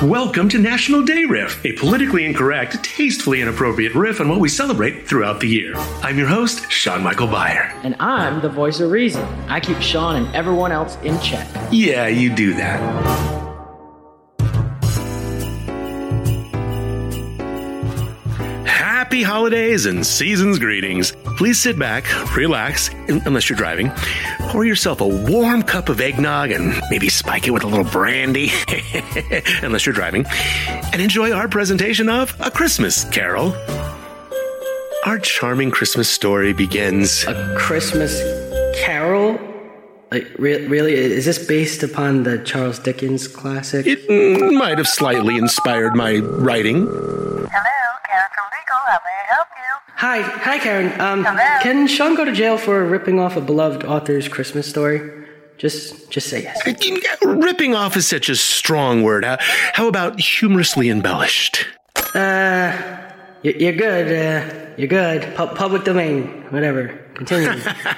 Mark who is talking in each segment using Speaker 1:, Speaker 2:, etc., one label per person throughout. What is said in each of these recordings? Speaker 1: Welcome to National Day Riff, a politically incorrect, tastefully inappropriate riff on what we celebrate throughout the year. I'm your host, Sean Michael Byer.
Speaker 2: And I'm the voice of reason. I keep Sean and everyone else in check.
Speaker 1: Yeah, you do that. Happy holidays and season's greetings. Please sit back, relax, un- unless you're driving. Pour yourself a warm cup of eggnog and maybe spike it with a little brandy, unless you're driving, and enjoy our presentation of A Christmas Carol. Our charming Christmas story begins.
Speaker 3: A Christmas Carol? Like, re- really? Is this based upon the Charles Dickens classic?
Speaker 1: It mm, might have slightly inspired my writing.
Speaker 4: Hello, Karen from Legal. How may I help you?
Speaker 3: hi, hi, Karen. Um,
Speaker 4: Hello?
Speaker 3: can Sean go to jail for ripping off a beloved author's Christmas story? Just, just say yes.
Speaker 1: Ripping off is such a strong word. How, how about humorously embellished?
Speaker 3: Y- You're good. Uh, you're good. Pu- public domain. Whatever. Continue.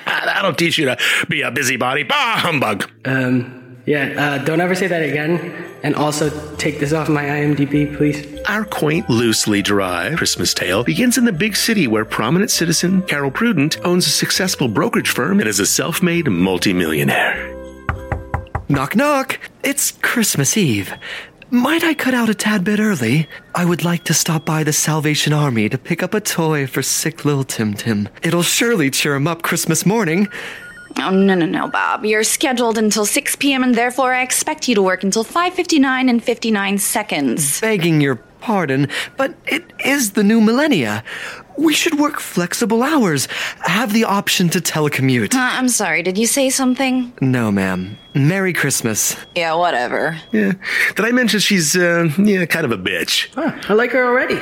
Speaker 1: That'll teach you to be a busybody. Bah, humbug.
Speaker 3: um, yeah. Uh, don't ever say that again. And also take this off my IMDb, please.
Speaker 1: Our quaint, loosely derived Christmas tale begins in the big city where prominent citizen Carol Prudent owns a successful brokerage firm and is a self made multimillionaire.
Speaker 5: Knock, knock. It's Christmas Eve. Might I cut out a tad bit early? I would like to stop by the Salvation Army to pick up a toy for sick little Tim Tim. It'll surely cheer him up Christmas morning.
Speaker 6: Oh no no no, Bob. You're scheduled until 6 p.m. and therefore I expect you to work until 5:59 and 59 seconds.
Speaker 5: Begging your pardon, but it is the new millennia. We should work flexible hours, have the option to telecommute.
Speaker 6: Uh, I'm sorry. Did you say something?
Speaker 5: No, ma'am. Merry Christmas.
Speaker 6: Yeah, whatever.
Speaker 1: Yeah. Did I mention she's, uh, yeah, kind of a bitch?
Speaker 3: I like her already.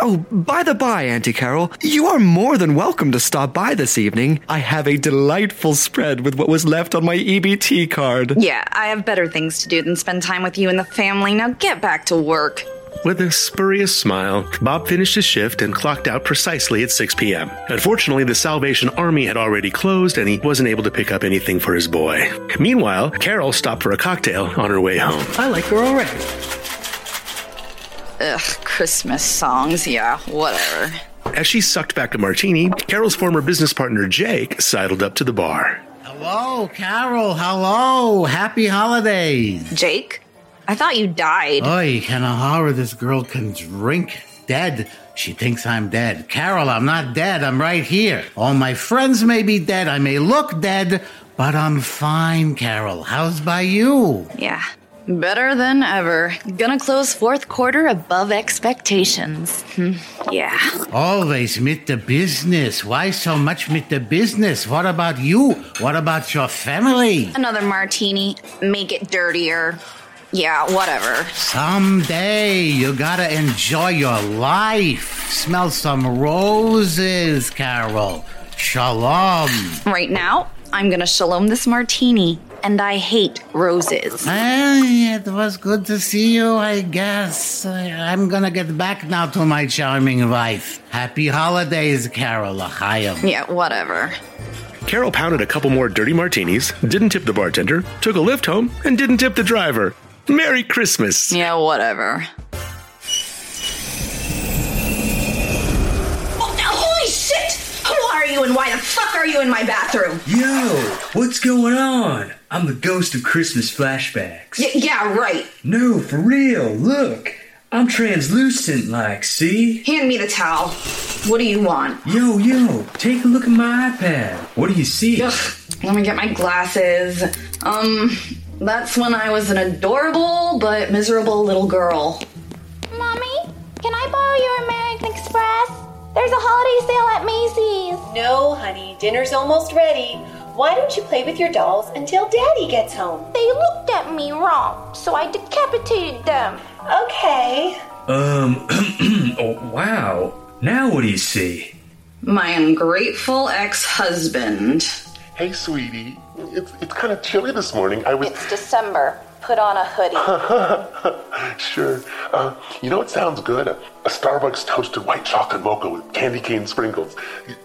Speaker 5: Oh, by the by, Auntie Carol, you are more than welcome to stop by this evening. I have a delightful spread with what was left on my EBT card.
Speaker 6: Yeah, I have better things to do than spend time with you and the family. Now get back to work.
Speaker 1: With a spurious smile, Bob finished his shift and clocked out precisely at 6 p.m. Unfortunately, the Salvation Army had already closed and he wasn't able to pick up anything for his boy. Meanwhile, Carol stopped for a cocktail on her way home.
Speaker 3: I like her already.
Speaker 6: Ugh, Christmas songs. Yeah, whatever.
Speaker 1: As she sucked back a martini, Carol's former business partner Jake sidled up to the bar.
Speaker 7: Hello, Carol. Hello. Happy holidays.
Speaker 6: Jake, I thought you died.
Speaker 7: Oy, can a horror this girl can drink dead. She thinks I'm dead. Carol, I'm not dead. I'm right here. All my friends may be dead. I may look dead, but I'm fine, Carol. How's by you?
Speaker 6: yeah. Better than ever. Gonna close fourth quarter above expectations. Hmm, yeah.
Speaker 7: Always mit the business. Why so much mit the business? What about you? What about your family?
Speaker 6: Another martini. Make it dirtier. Yeah, whatever.
Speaker 7: Someday you gotta enjoy your life. Smell some roses, Carol. Shalom.
Speaker 6: Right now, I'm gonna shalom this martini, and I hate roses.
Speaker 7: Hey, it was good to see you, I guess. I- I'm gonna get back now to my charming wife. Happy holidays, Carol Achayim.
Speaker 6: Yeah, whatever.
Speaker 1: Carol pounded a couple more dirty martinis, didn't tip the bartender, took a lift home, and didn't tip the driver. Merry Christmas!
Speaker 6: Yeah, whatever.
Speaker 8: Oh, now, holy shit! Who are you and why the fuck are you in my bathroom?
Speaker 9: Yo, what's going on? I'm the ghost of Christmas flashbacks.
Speaker 8: Y- yeah, right.
Speaker 9: No, for real, look. I'm translucent like, see?
Speaker 8: Hand me the towel. What do you want?
Speaker 9: Yo, yo, take a look at my iPad. What do you see?
Speaker 8: Ugh,
Speaker 6: Let me get my glasses. Um, that's when I was an adorable but miserable little girl.
Speaker 10: Mommy, can I borrow your American Express? There's a holiday sale at Macy's.
Speaker 11: No, honey, dinner's almost ready. Why don't you play with your dolls until Daddy gets home?
Speaker 10: They looked at me wrong, so I decapitated them.
Speaker 11: Okay.
Speaker 9: Um, oh, wow. Now what do you see?
Speaker 6: My ungrateful ex husband.
Speaker 12: Hey, sweetie. It's, it's kind of chilly this morning. I was.
Speaker 10: December. Put on a hoodie.
Speaker 12: sure. Uh, you know what sounds good? A, a Starbucks toasted white chocolate mocha with candy cane sprinkles.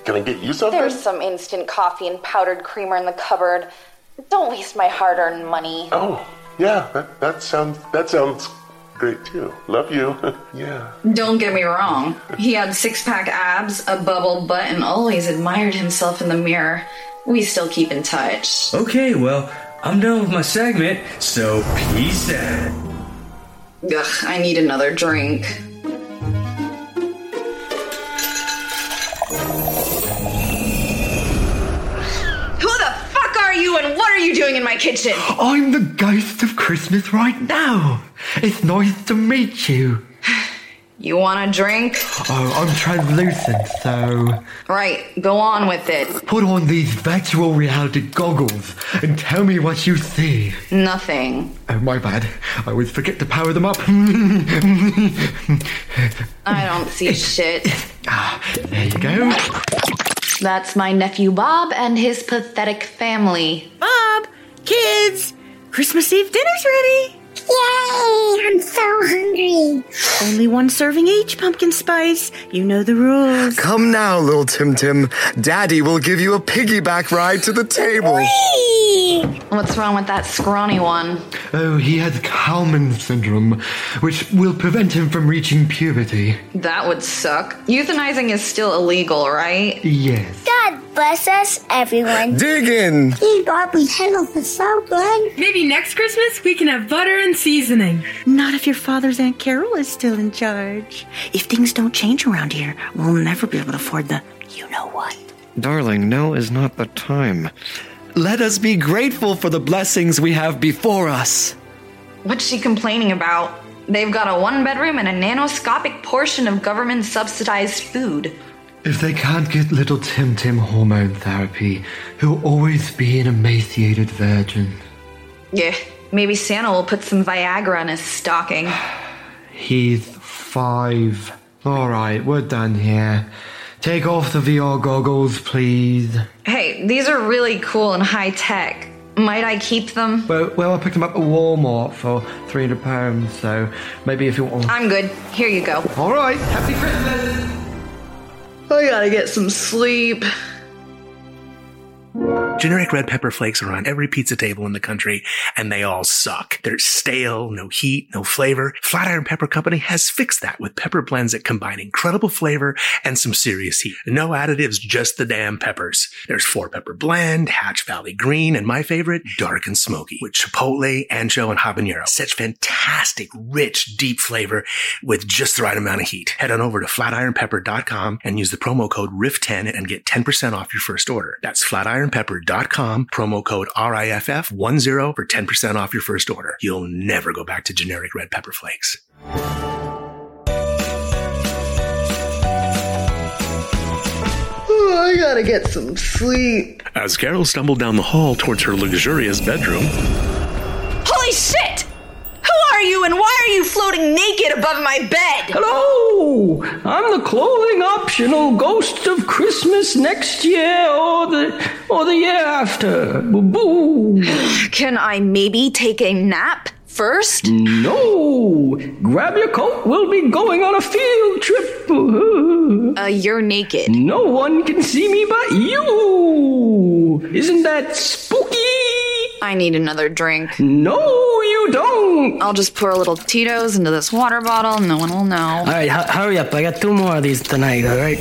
Speaker 12: Can I get you something?
Speaker 10: some instant coffee and powdered creamer in the cupboard. Don't waste my hard earned money.
Speaker 12: Oh, yeah. That, that sounds. That sounds great too. Love you. yeah.
Speaker 6: Don't get me wrong. He had six pack abs, a bubble butt, and always admired himself in the mirror. We still keep in touch.
Speaker 9: Okay, well, I'm done with my segment, so peace out.
Speaker 6: Ugh, I need another drink.
Speaker 8: Who the fuck are you and what are you doing in my kitchen?
Speaker 5: I'm the ghost of Christmas right now. It's nice to meet you.
Speaker 6: You want a drink?
Speaker 5: Oh, I'm translucent, so.
Speaker 6: Right, go on with it.
Speaker 5: Put on these virtual reality goggles and tell me what you see.
Speaker 6: Nothing.
Speaker 5: Oh, my bad. I always forget to power them up.
Speaker 6: I don't see shit.
Speaker 5: there you go.
Speaker 6: That's my nephew Bob and his pathetic family.
Speaker 13: Bob, kids, Christmas Eve dinner's ready. Yay! I'm so hungry. Only one serving each pumpkin spice. You know the rules.
Speaker 14: Come now, little Tim Tim. Daddy will give you a piggyback ride to the table.
Speaker 6: What's wrong with that scrawny one?
Speaker 5: Oh, he has Kalman syndrome, which will prevent him from reaching puberty.
Speaker 6: That would suck. Euthanizing is still illegal, right?
Speaker 5: Yes.
Speaker 13: God bless us, everyone.
Speaker 14: Dig in.
Speaker 13: These Barbie candles are so good.
Speaker 15: Maybe next Christmas we can have butter and seasoning.
Speaker 13: Not if your father's Aunt Carol is still in charge. If things don't change around here, we'll never be able to afford the you know what.
Speaker 16: Darling, now is not the time. Let us be grateful for the blessings we have before us.
Speaker 6: What's she complaining about? They've got a one bedroom and a nanoscopic portion of government subsidized food.
Speaker 5: If they can't get little Tim Tim hormone therapy, he'll always be an emaciated virgin.
Speaker 6: Yeah, maybe Santa will put some Viagra in his stocking.
Speaker 5: He's five. All right, we're done here. Take off the VR goggles, please.
Speaker 6: Hey, these are really cool and high tech. Might I keep them?
Speaker 5: Well, well, I picked them up at Walmart for three hundred pounds, so maybe if you want.
Speaker 6: I'm good. Here you go.
Speaker 5: All right. Happy Christmas.
Speaker 6: I gotta get some sleep.
Speaker 1: Generic red pepper flakes are on every pizza table in the country, and they all suck. They're stale, no heat, no flavor. Flatiron Pepper Company has fixed that with pepper blends that combine incredible flavor and some serious heat. No additives, just the damn peppers. There's Four Pepper Blend, Hatch Valley Green, and my favorite, Dark and Smoky, with chipotle, ancho, and habanero. Such fantastic, rich, deep flavor with just the right amount of heat. Head on over to flatironpepper.com and use the promo code RIF10 and get 10% off your first order. That's flatironpepper.com pepper.com, promo code RIFF10 for 10% off your first order. You'll never go back to generic red pepper flakes.
Speaker 6: Ooh, I gotta get some sleep.
Speaker 1: As Carol stumbled down the hall towards her luxurious bedroom,
Speaker 8: Holy shit! Who are you and why are you floating naked above my bed?
Speaker 3: Hello! I'm the clothing optional ghost of Christmas next year or the or the year after. Boo boo!
Speaker 6: Can I maybe take a nap first?
Speaker 8: Mm.
Speaker 3: No! Grab your coat, we'll be going on a field trip.
Speaker 6: Uh, you're naked.
Speaker 3: No one can see me but you! Isn't that spooky?
Speaker 6: I need another drink.
Speaker 3: No, you don't!
Speaker 6: I'll just pour a little Tito's into this water bottle. No one will know.
Speaker 17: All right, hu- hurry up. I got two more of these tonight, all right?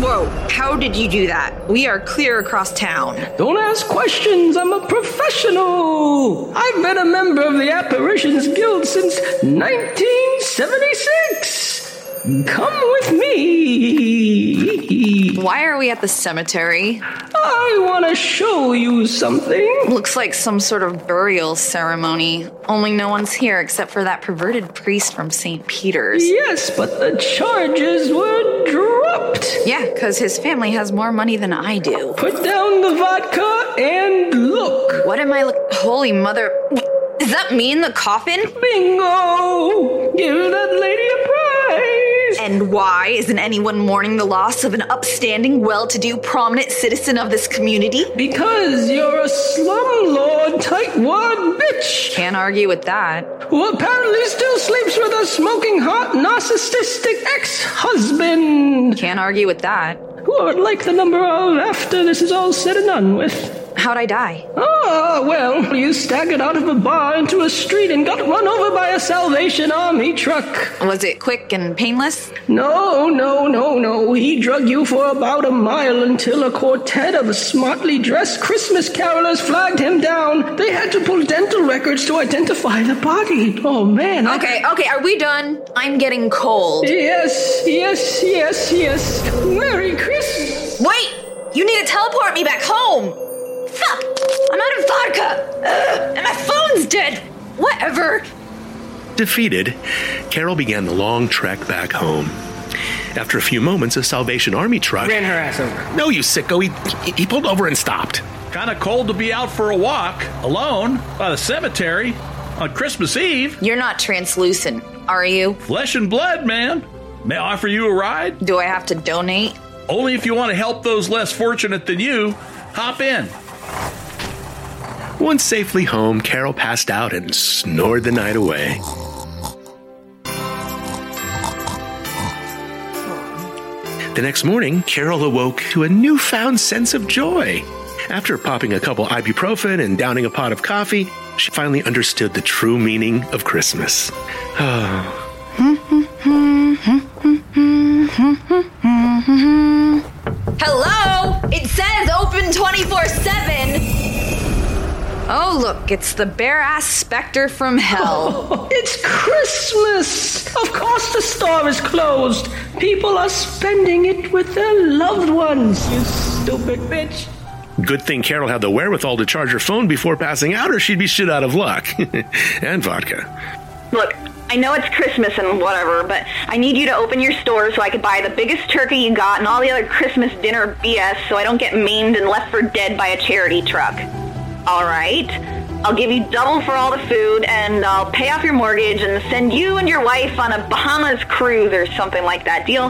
Speaker 8: Whoa, how did you do that? We are clear across town.
Speaker 3: Don't ask questions. I'm a professional. I've been a member of the Apparitions Guild since 1976. Come with me.
Speaker 6: Why are we at the cemetery?
Speaker 3: I want to show you something.
Speaker 6: Looks like some sort of burial ceremony, only no one's here except for that perverted priest from St. Peter's.
Speaker 3: Yes, but the charges were dropped.
Speaker 6: Yeah, because his family has more money than I do.
Speaker 3: Put down the vodka and look.
Speaker 6: What am I look? Holy mother. Does that mean the coffin?
Speaker 3: Bingo! Give that lady a prize.
Speaker 8: And why isn't anyone mourning the loss of an upstanding, well to do, prominent citizen of this community?
Speaker 3: Because you're a slumlord tightwad bitch
Speaker 6: Can't argue with that.
Speaker 3: who apparently still sleeps with her smoking hot narcissistic ex-husband
Speaker 6: Can't argue with that.
Speaker 3: who I'd like the number of after this is all said and done with.
Speaker 6: How'd I die?
Speaker 3: Ah, well, you staggered out of a bar into a street and got run over by a Salvation Army truck.
Speaker 6: Was it quick and painless?
Speaker 3: No, no, no, no. He drug you for about a mile until a quartet of smartly dressed Christmas carolers flagged him down. They had to pull dental records to identify the body. Oh, man. I-
Speaker 11: Okay, okay, are we done? I'm getting cold.
Speaker 3: Yes, yes, yes, yes. Merry Christmas!
Speaker 8: Wait! You need to teleport me back home! Fuck! I'm out of vodka! Ugh, and my phone's dead! Whatever!
Speaker 1: Defeated, Carol began the long trek back home. After a few moments, a Salvation Army truck
Speaker 17: Ran her ass over.
Speaker 1: No, you sicko. He, he pulled over and stopped.
Speaker 18: Kind of cold to be out for a walk, alone, by the cemetery, on Christmas Eve.
Speaker 11: You're not translucent, are you?
Speaker 18: Flesh and blood, man. May I offer you a ride?
Speaker 11: Do I have to donate?
Speaker 18: Only if you want to help those less fortunate than you. Hop in.
Speaker 1: Once safely home, Carol passed out and snored the night away. The next morning, Carol awoke to a newfound sense of joy. After popping a couple ibuprofen and downing a pot of coffee, she finally understood the true meaning of Christmas. Ah,
Speaker 11: Hello? It says open 24 7!
Speaker 6: Oh, look, it's the bare ass specter from hell.
Speaker 3: It's Christmas! Of course the store is closed. People are spending it with their loved ones, you stupid bitch.
Speaker 1: Good thing Carol had the wherewithal to charge her phone before passing out, or she'd be shit out of luck. and vodka.
Speaker 10: Look, I know it's Christmas and whatever, but I need you to open your store so I could buy the biggest turkey you got and all the other Christmas dinner BS so I don't get maimed and left for dead by a charity truck. All right. I'll give you double for all the food and I'll pay off your mortgage and send you and your wife on a Bahamas cruise or something like that. Deal?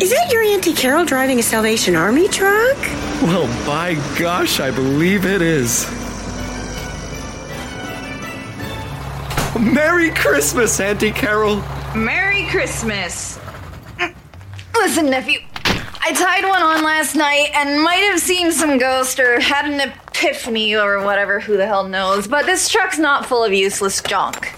Speaker 13: Is that your Auntie Carol driving a Salvation Army truck?
Speaker 19: Well, by gosh, I believe it is. Merry Christmas, Auntie Carol.
Speaker 6: Merry Christmas! Listen, nephew, I tied one on last night and might have seen some ghost or had an epiphany or whatever, who the hell knows, but this truck's not full of useless junk.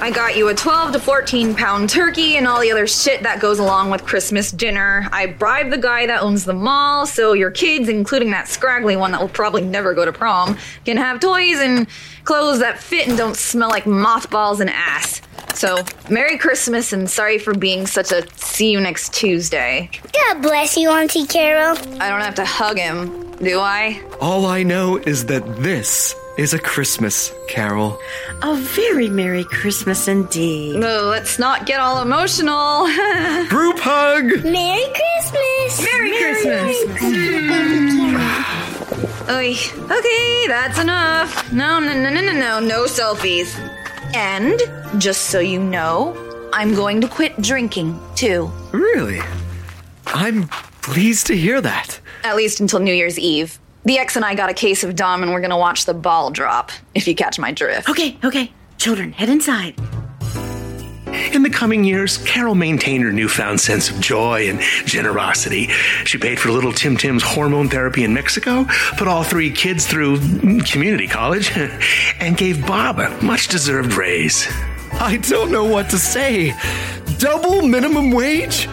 Speaker 6: I got you a 12 to 14 pound turkey and all the other shit that goes along with Christmas dinner. I bribed the guy that owns the mall so your kids, including that scraggly one that will probably never go to prom, can have toys and clothes that fit and don't smell like mothballs and ass. So, Merry Christmas and sorry for being such a see you next Tuesday.
Speaker 20: God bless you, Auntie Carol.
Speaker 6: I don't have to hug him, do I?
Speaker 19: All I know is that this is a Christmas carol.
Speaker 13: A very Merry Christmas indeed.
Speaker 6: No, let's not get all emotional.
Speaker 19: Group hug!
Speaker 20: Merry Christmas!
Speaker 6: Merry, Christmas! Oy. Okay, that's enough. No, no, no, no, no, no, no selfies. And just so you know, I'm going to quit drinking too.
Speaker 19: Really? I'm pleased to hear that.
Speaker 6: At least until New Year's Eve. The ex and I got a case of Dom, and we're gonna watch the ball drop. If you catch my drift.
Speaker 13: Okay, okay. Children, head inside.
Speaker 1: In the coming years, Carol maintained her newfound sense of joy and generosity. She paid for little Tim Tim's hormone therapy in Mexico, put all three kids through community college, and gave Bob a much deserved raise.
Speaker 19: I don't know what to say. Double minimum wage?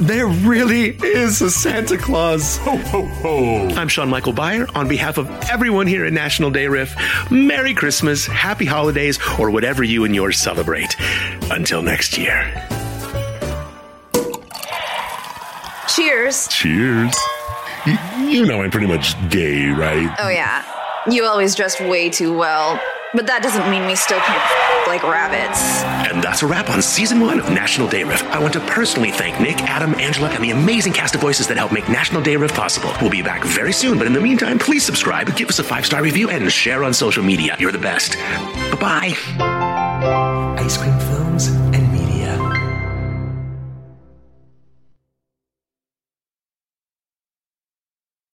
Speaker 19: There really is a Santa Claus. Ho, ho, ho.
Speaker 1: I'm Sean Michael Byer. On behalf of everyone here at National Day Riff, Merry Christmas, Happy Holidays, or whatever you and yours celebrate. Until next year.
Speaker 6: Cheers.
Speaker 21: Cheers. You, you know I'm pretty much gay, right?
Speaker 6: Oh, yeah. You always dressed way too well, but that doesn't mean we still can't f- like rabbits.
Speaker 1: And that's a wrap on season one of National Day Riff. I want to personally thank Nick, Adam, Angela, and the amazing cast of voices that help make National Day Riff possible. We'll be back very soon, but in the meantime, please subscribe, give us a five star review, and share on social media. You're the best. Bye bye.